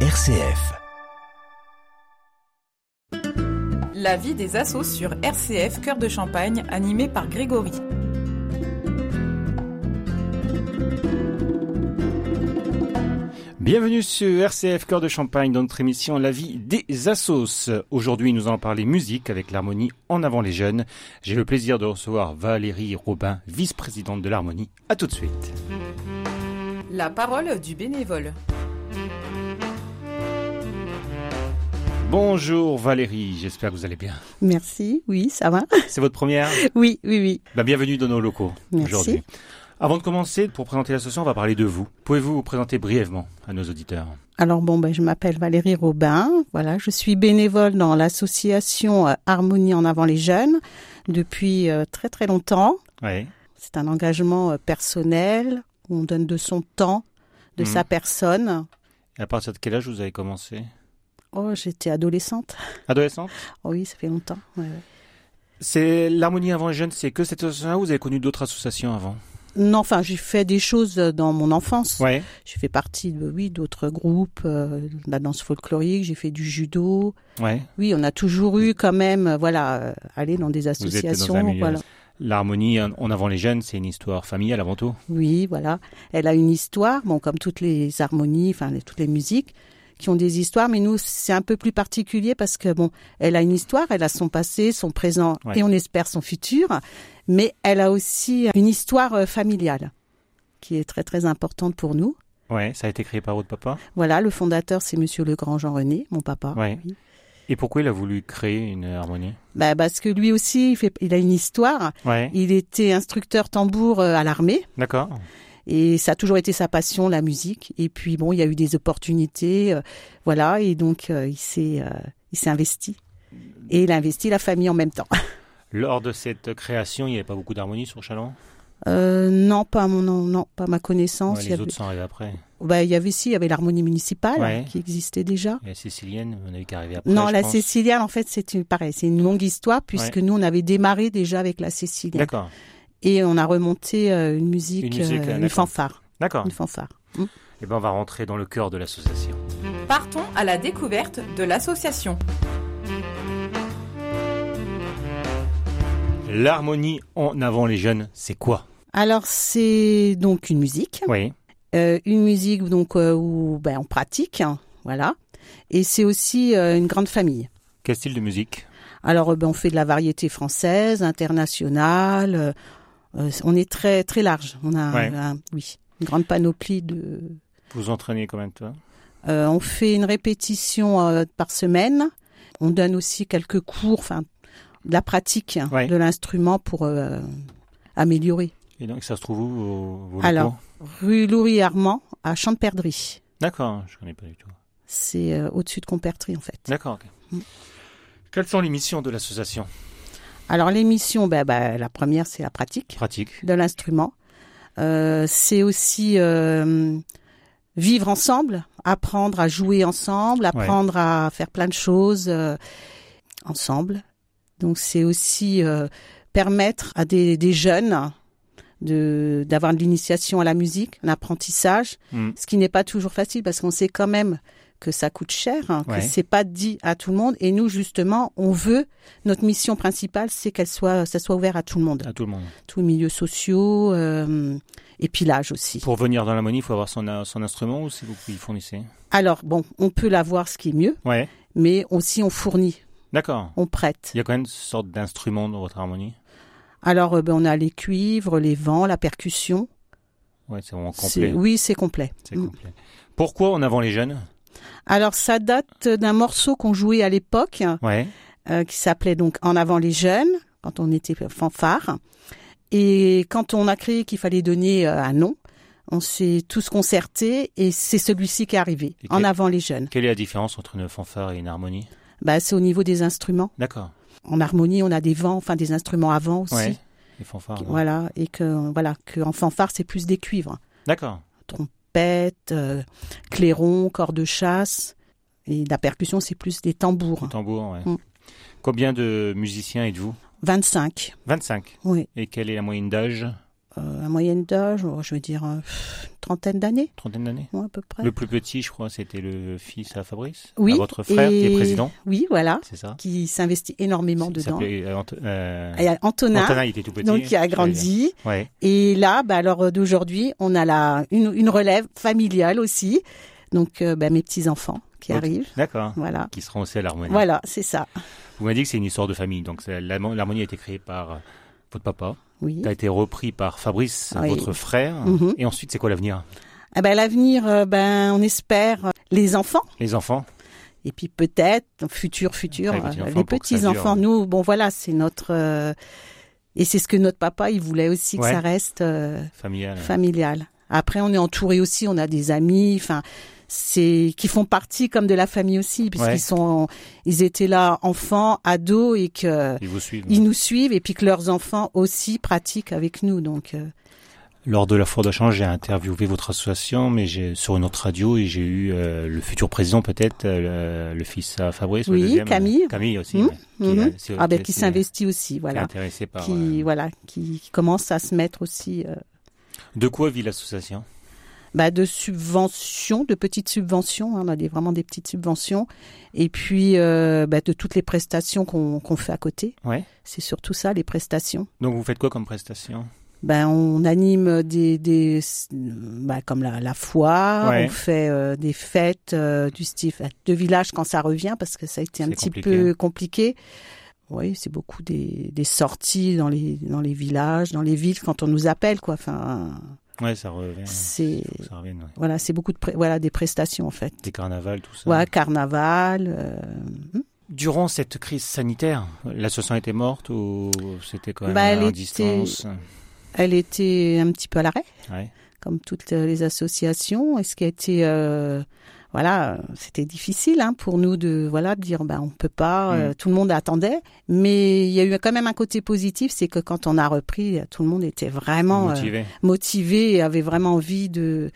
RCF. La vie des assos sur RCF Cœur de Champagne, animé par Grégory. Bienvenue sur RCF Cœur de Champagne dans notre émission La vie des assos. Aujourd'hui, nous allons parler musique avec l'harmonie En avant les jeunes. J'ai le plaisir de recevoir Valérie Robin, vice-présidente de l'harmonie. À tout de suite. La parole du bénévole. Bonjour Valérie, j'espère que vous allez bien. Merci, oui, ça va. C'est votre première Oui, oui, oui. Bah, Bienvenue dans nos locaux Merci. aujourd'hui. Avant de commencer, pour présenter l'association, on va parler de vous. Pouvez-vous vous présenter brièvement à nos auditeurs Alors bon, ben, je m'appelle Valérie Robin, voilà, je suis bénévole dans l'association euh, Harmonie en avant les jeunes depuis euh, très très longtemps. Oui. C'est un engagement euh, personnel où on donne de son temps, de Mhm. sa personne. Et à partir de quel âge vous avez commencé Oh, j'étais adolescente. Adolescente Oh oui, ça fait longtemps. ouais, ouais. C'est l'harmonie avant les jeunes, c'est que cette association-là ou vous avez connu d'autres associations avant Non, enfin, j'ai fait des choses euh, dans mon enfance. Ouais. J'ai fait partie, de, oui, d'autres groupes, euh, de la danse folklorique, j'ai fait du judo, Ouais. Oui, on a toujours eu quand même, euh, voilà, euh, aller dans des Vous étiez associations. dans un milieu. voilà. L'harmonie en en avant les jeunes, c'est une histoire familiale avant tout. Oui, voilà. Elle a une histoire, bon, comme toutes les harmonies, enfin les- toutes les musiques qui ont des histoires, mais nous c'est un peu plus particulier parce que bon, elle a une histoire, elle a son passé, son présent Ouais. et on espère son futur, mais elle a aussi une histoire euh, familiale qui est très très importante pour nous. Ouais, ça a été créé par votre papa. Voilà, le fondateur c'est Monsieur Legrand Jean René, mon papa. Ouais. Ah, Oui. Et pourquoi il a voulu créer une harmonie Bah, parce que lui aussi il, fait, il a une histoire. Ouais, Il était instructeur tambour euh, à l'armée. d'accord. Et ça a toujours été sa passion, la musique. Et puis bon, il y a eu des opportunités, euh, voilà. Et donc euh, il s'est, euh, il s'est investi. Et il a investi la famille en même temps. Lors de cette création, il n'y avait pas beaucoup d'harmonie sur Chalon Euh, non, pas à mon, non, non, pas à ma connaissance. Ouais, il, y Les avait, autres sont arrivés après. bah, il y avait si, il y avait l'harmonie municipale Ouais. qui existait déjà. Et la sicilienne, on a vu qu'elle arrivait après. non, je la pense. Cécilienne, en fait, c'est une, pareil, c'est une longue histoire puisque nous, on avait démarré déjà avec la Cécilienne D'accord, et on a remonté euh, une musique, Une musique, euh, d'accord. Ah. une fanfare, d'accord. une fanfare. Mm. Et ben, on va rentrer dans le cœur de l'association. Partons à la découverte de l'association. L'harmonie en avant les jeunes, c'est quoi Alors c'est donc une musique. Oui. Euh, une musique donc euh, où ben, on pratique, hein, voilà. Et c'est aussi euh, une grande famille. Quel style de musique Alors euh, ben, on fait de la variété française, internationale. euh, euh, on est très très large. On a euh, Ouais. un- oui une grande panoplie de. Vous vous entraînez combien de temps Euh, on fait une répétition euh, par semaine. On donne aussi quelques cours, enfin de la pratique hein, Ouais. de l'instrument pour euh, améliorer. Et donc, ça se trouve où vos, vos Alors. locaux Rue Louis Armand à Champerdry. D'accord, je connais pas du tout. C'est euh, au-dessus de Compertry en fait. D'accord. ok. Mm. Quelles sont les missions de l'association Alors l'émission, ben, ben, la première c'est la pratique Pratique. de l'instrument. Euh, c'est aussi euh, vivre ensemble, apprendre à jouer ensemble, apprendre à faire plein de choses euh, ensemble. Donc c'est aussi euh, permettre à des, des jeunes de d'avoir de l'initiation à la musique, un apprentissage, Mm. ce qui n'est pas toujours facile parce qu'on sait quand même que ça coûte cher, hein, Ouais. que c'est pas dit à tout le monde. Et nous justement, on veut notre mission principale, c'est qu'elle soit, ça soit ouvert à tout le monde À tout le monde. tous les milieux sociaux euh, et puis l'âge aussi. Pour venir dans l'harmonie, il faut avoir son, son instrument ou c'est vous qui fournissez Alors bon, on peut l'avoir ce qui est mieux, Ouais. mais aussi on fournit, D'accord. on prête. Il y a quand même une sorte d'instrument dans votre harmonie. Alors euh, ben, on a les cuivres, les vents, la percussion. Ouais, c'est vraiment C'est- complet. Oui, c'est complet. C'est Mm. complet. Pourquoi en avant les jeunes Alors ça date d'un morceau qu'on jouait à l'époque hein, Ouais. euh, qui s'appelait donc En avant les jeunes quand on était fanfare. Et quand on a créé qu'il fallait donner euh, un nom, on s'est tous concertés et c'est celui-ci qui est arrivé, Et En quel- avant les jeunes. Quelle est la différence entre une fanfare et une harmonie Bah, c'est au niveau des instruments. D'accord. en harmonie, on a des vents, enfin des instruments à vent aussi. Ouais. Ah. Les fanfares. non Voilà, et que voilà, que en fanfare, c'est plus des cuivres, D'accord. pète, euh, clairon, corps de chasse et la percussion, c'est plus des tambours. Le tambour, ouais. Mm. Combien de musiciens êtes-vous 25. 25. Oui. Et quelle est la moyenne d'âge euh, la moyenne d'âge, oh, je veux dire, euh, pff, trentaine d'années, Trentaine d'années ouais, à peu près. Le plus petit, je crois, c'était le fils à Fabrice. Oui, à votre frère qui et- est président, Oui, voilà, c'est ça qui s'investit énormément Il dedans. s'appelait, euh, Anto- euh, Il y a Antonin, Antonin, il était tout petit. donc qui a j'allais dire. grandi. Ouais. Et là, bah, alors euh, d'aujourd'hui, on a la, une, une relève familiale aussi. Donc euh, bah, mes petits enfants qui Ok. arrivent, D'accord. voilà. Qui seront aussi à l'harmonie. Voilà, c'est ça. Vous m'avez dit que c'est une histoire de famille. Donc c'est- l'harmo- l'harmonie a été créée par euh, votre papa. Oui. Ça a été repris par Fabrice, Oui. votre frère. Mhm. Et ensuite, c'est quoi l'avenir Ah ben, l'avenir, euh, ben on espère euh, les enfants. Les enfants Et puis peut-être, futur, futur, Ouais, les petits-enfants euh, les pour que ça dure. petits-enfants. Nous, bon voilà, c'est notre... euh, et c'est ce que notre papa, il voulait aussi que Ouais. ça reste euh, Familiales familial. Après, on est entouré aussi, on a des amis, enfin, c'est qui font partie comme de la famille aussi, puisqu'ils Ouais. sont, ils étaient là enfants, ados, et que Ils vous suivent. ils nous suivent, et puis que leurs enfants aussi pratiquent avec nous. Donc, euh, Lors de la Foire de Change, j'ai interviewé votre association, mais j'ai sur une autre radio, et j'ai eu euh, le futur président peut-être, euh, le, le fils à Fabrice, Oui, le deuxième, Camille. euh, Camille aussi, Mhm, ouais, qui, mhm. euh, c'est- ah ben, qui- qui qui- s'investit aussi, qui est voilà, intéressé par. qui, euh, voilà, qui, qui commence à se mettre aussi. euh, De quoi vit l'association bah, de subventions, de petites subventions. hein, on a des, vraiment des petites subventions. Et puis, euh, bah, de toutes les prestations qu'on qu'on fait à côté. Ouais. C'est surtout ça, les prestations. Donc vous faites quoi comme prestation Ben, on anime des, des bah, comme la, la foire, Ouais. on fait euh, des fêtes euh, du style fête de village quand ça revient, parce que ça a été un C'est petit compliqué. peu compliqué. Oui, c'est beaucoup des, des sorties dans les, dans les villages, dans les villes, quand on nous appelle, quoi. Enfin, Ouais, ça revient. c'est, faut que Ça revienne, ouais. voilà, c'est beaucoup de, pré- voilà, des prestations, en fait. Des carnavals, tout ça. Ouais, carnaval. euh, Durant cette crise sanitaire, l'association était morte ou c'était quand même Bah, elle à était- distance elle était un petit peu à l'arrêt, Ouais. comme toutes euh, les associations. Et ce qui a été, euh, voilà, c'était difficile hein, pour nous de, voilà, de dire, ben, on peut pas. euh, Mm. tout le monde attendait, mais il y a eu quand même un côté positif, c'est que quand on a repris, tout le monde était vraiment euh, Motivée. motivé et avait vraiment envie de,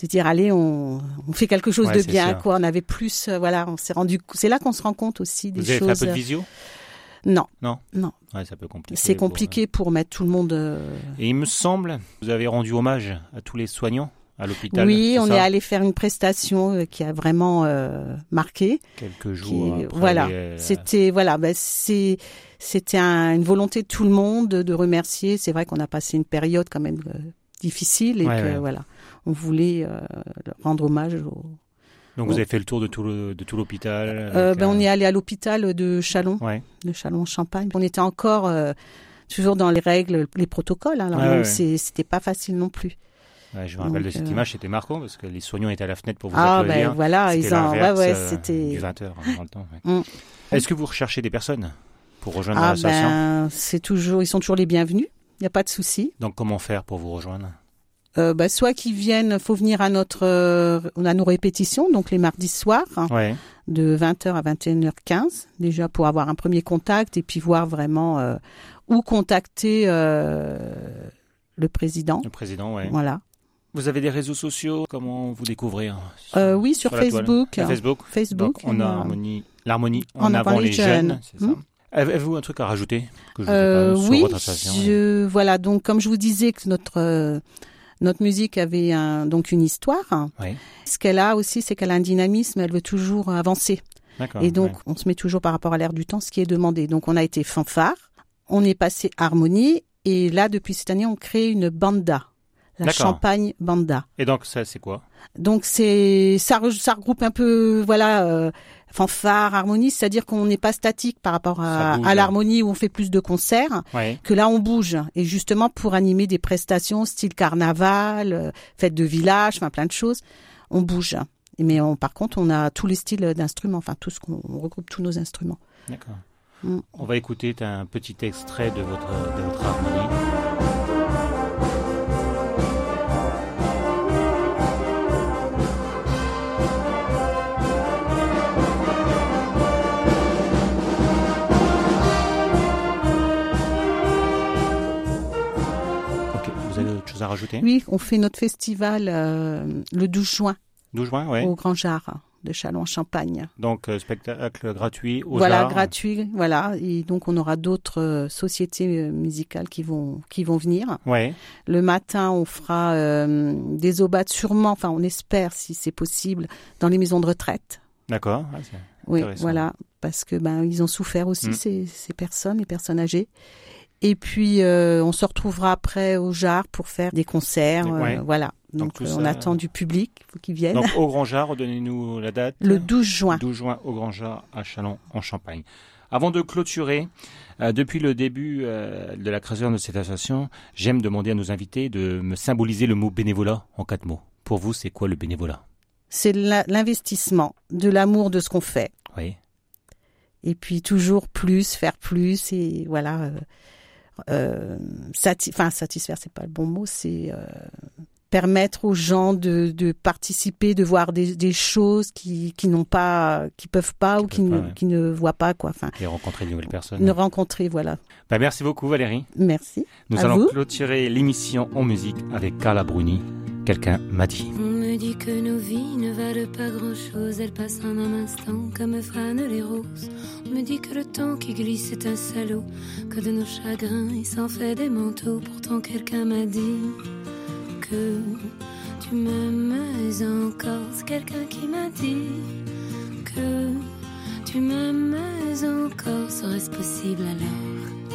de dire, allez, on, on fait quelque chose Ouais, de c'est bien, sûr. quoi. On avait plus, euh, voilà, on s'est rendu. C'est là qu'on se rend compte aussi des Vous avez fait un choses. euh, peu de visio non, Ouais, ça peut compliquer. c'est pour- euh, compliqué pour mettre tout le monde. euh, Et il me semble, vous avez rendu hommage à tous les soignants à l'hôpital. Oui, c'est on ça est allé faire une prestation euh, qui a vraiment euh, marqué. quelques jours. qui- après euh, voilà, les- C'était voilà, ben, c'est c'était un- une volonté de tout le monde de remercier. C'est vrai qu'on a passé une période quand même euh, difficile et Ouais, que ouais. voilà, on voulait euh, rendre hommage. Au... Donc vous avez fait le tour de tout le- de tout l'hôpital. Euh, avec, ben, on euh, est allé à l'hôpital de Chalon, Ouais. de Chalon-Champagne. On était encore euh, toujours dans les règles, les protocoles. hein. alors Ouais, même ouais. c'est- c'était pas facile non plus. Ouais, je me rappelle Donc, de cette euh, image, c'était marquant parce que les soignants étaient à la fenêtre pour vous ah ben applaudir. voilà, C'était ils ont ouais l'inverse, ouais, euh, c'était du 20h dans le temps. ouais. Mm. Est-ce que vous recherchez des personnes pour rejoindre Ah l'association ben, c'est toujours, ils sont toujours les bienvenus. Il n'y a pas de souci. Donc comment faire pour vous rejoindre Euh, bah, soit qu'ils viennent, faut venir à notre, euh, on a nos répétitions, donc les mardis soirs, hein, Ouais. de 20h à 21h15, déjà pour avoir un premier contact et puis voir vraiment euh, où contacter euh, le président. Le président, ouais. Voilà. Vous avez des réseaux sociaux Comment vous découvrir Euh, oui, sur, Sur la toile. Facebook. hein, Sur Facebook. Donc, Facebook. on a euh, harmonie, l'harmonie en, en avant, les jeunes. c'est ça. Hmm. Avez-vous un truc à rajouter que je vous ai Euh, pas sur oui, votre association je- voilà. Donc, comme je vous disais que notre euh, notre musique avait un, donc une histoire. hein. Oui. Ce qu'elle a aussi, c'est qu'elle a un dynamisme. Elle veut toujours avancer. D'accord. Et donc, ouais. on se met toujours par rapport à l'air du temps, ce qui est demandé. Donc, on a été fanfare. On est passé harmonie. Et là, depuis cette année, on crée une banda, la D'accord. Champagne Banda. Et donc, ça, c'est quoi Donc c'est ça, re- ça regroupe un peu voilà euh, fanfare harmonie, c'est-à-dire qu'on n'est pas statique par rapport à, Ça bouge. à l'harmonie où on fait plus de concerts ouais. que là on bouge et justement pour animer des prestations style carnaval, euh, fête de village, enfin plein de choses, on bouge. Mais on, par contre, on a tous les styles d'instruments, enfin tout ce qu'on on regroupe tous nos instruments. D'accord. Hmm. On va écouter un petit extrait de votre, de votre harmonie. Ok, vous avez autre chose à rajouter Oui, on fait notre festival euh, le 12 juin 12 juin, ouais. Oh. au Grand Jarre. de Châlons-Champagne. Donc euh, spectacle gratuit aux voilà, arts. gratuit, voilà. Et donc on aura d'autres euh, sociétés euh, musicales qui vont qui vont venir. Ouais. Le matin, on fera euh, des obats sûrement, enfin on espère si c'est possible dans les maisons de retraite. D'accord. Ah, c'est- Oui, Intéressant. voilà, parce que ben ils ont souffert aussi Mm. ces, ces personnes, les personnes âgées. Et puis euh, on se retrouvera après au Jarre pour faire des concerts, euh, Ouais. voilà. Donc, Donc, tout euh, on ça- attend du public, faut qu'ils viennent. Donc au Grand Jar, donnez-nous la date. Le 12 juin. 12 juin au Grand Jar à Chalon en Champagne. Avant de clôturer, euh, depuis le début euh, de la création de cette association, j'aime demander à nos invités de me symboliser le mot bénévolat en quatre mots. Pour vous, c'est quoi le bénévolat C'est de la- l'investissement, de l'amour de ce qu'on fait. Oui. et puis toujours plus, faire plus et voilà. euh, euh, sati- enfin, satisfaire, c'est pas le bon mot, c'est euh, permettre aux gens de, de participer, de voir des, des choses qui, qui n'ont pas, qui peuvent pas ou qui, peuvent ne, pas, ouais. qui ne voient pas quoi. Enfin, Et rencontrer de nouvelles personnes. ne rencontrer, voilà. Bah, merci beaucoup Valérie. Merci. Nous À allons vous. clôturer l'émission en musique avec Carla Bruni. Quelqu'un m'a dit. On me dit que nos vies ne valent pas grand-chose, elles passent en un instant comme fanent les roses. On me dit que le temps qui glisse est un salaud, que de nos chagrins il s'en fait des manteaux. Pourtant quelqu'un m'a dit que tu m'aimes encore. C'est quelqu'un qui m'a dit que tu m'aimes encore. Serait-ce possible alors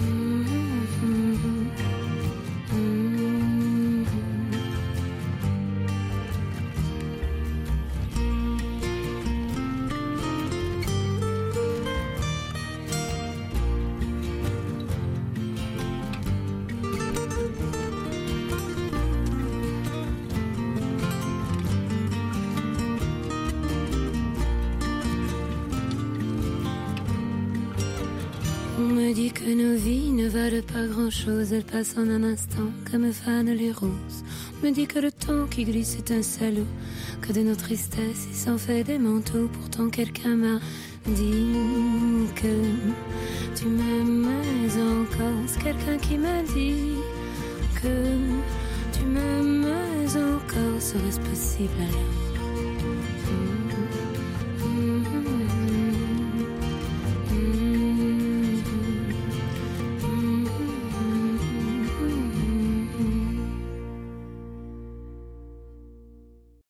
Mhm. Mhm. On me dit que nos vies ne valent pas grand-chose, elles passent en un instant comme fanent les roses. On me dit que le temps qui glisse est un salaud, que de nos tristesses il s'en fait des manteaux. Pourtant quelqu'un m'a dit que tu m'aimes encore. C'est quelqu'un qui m'a dit que tu m'aimes encore. Serait-ce possible alors Hmm. Mm-hmm. Mm-hmm. Mm-hmm.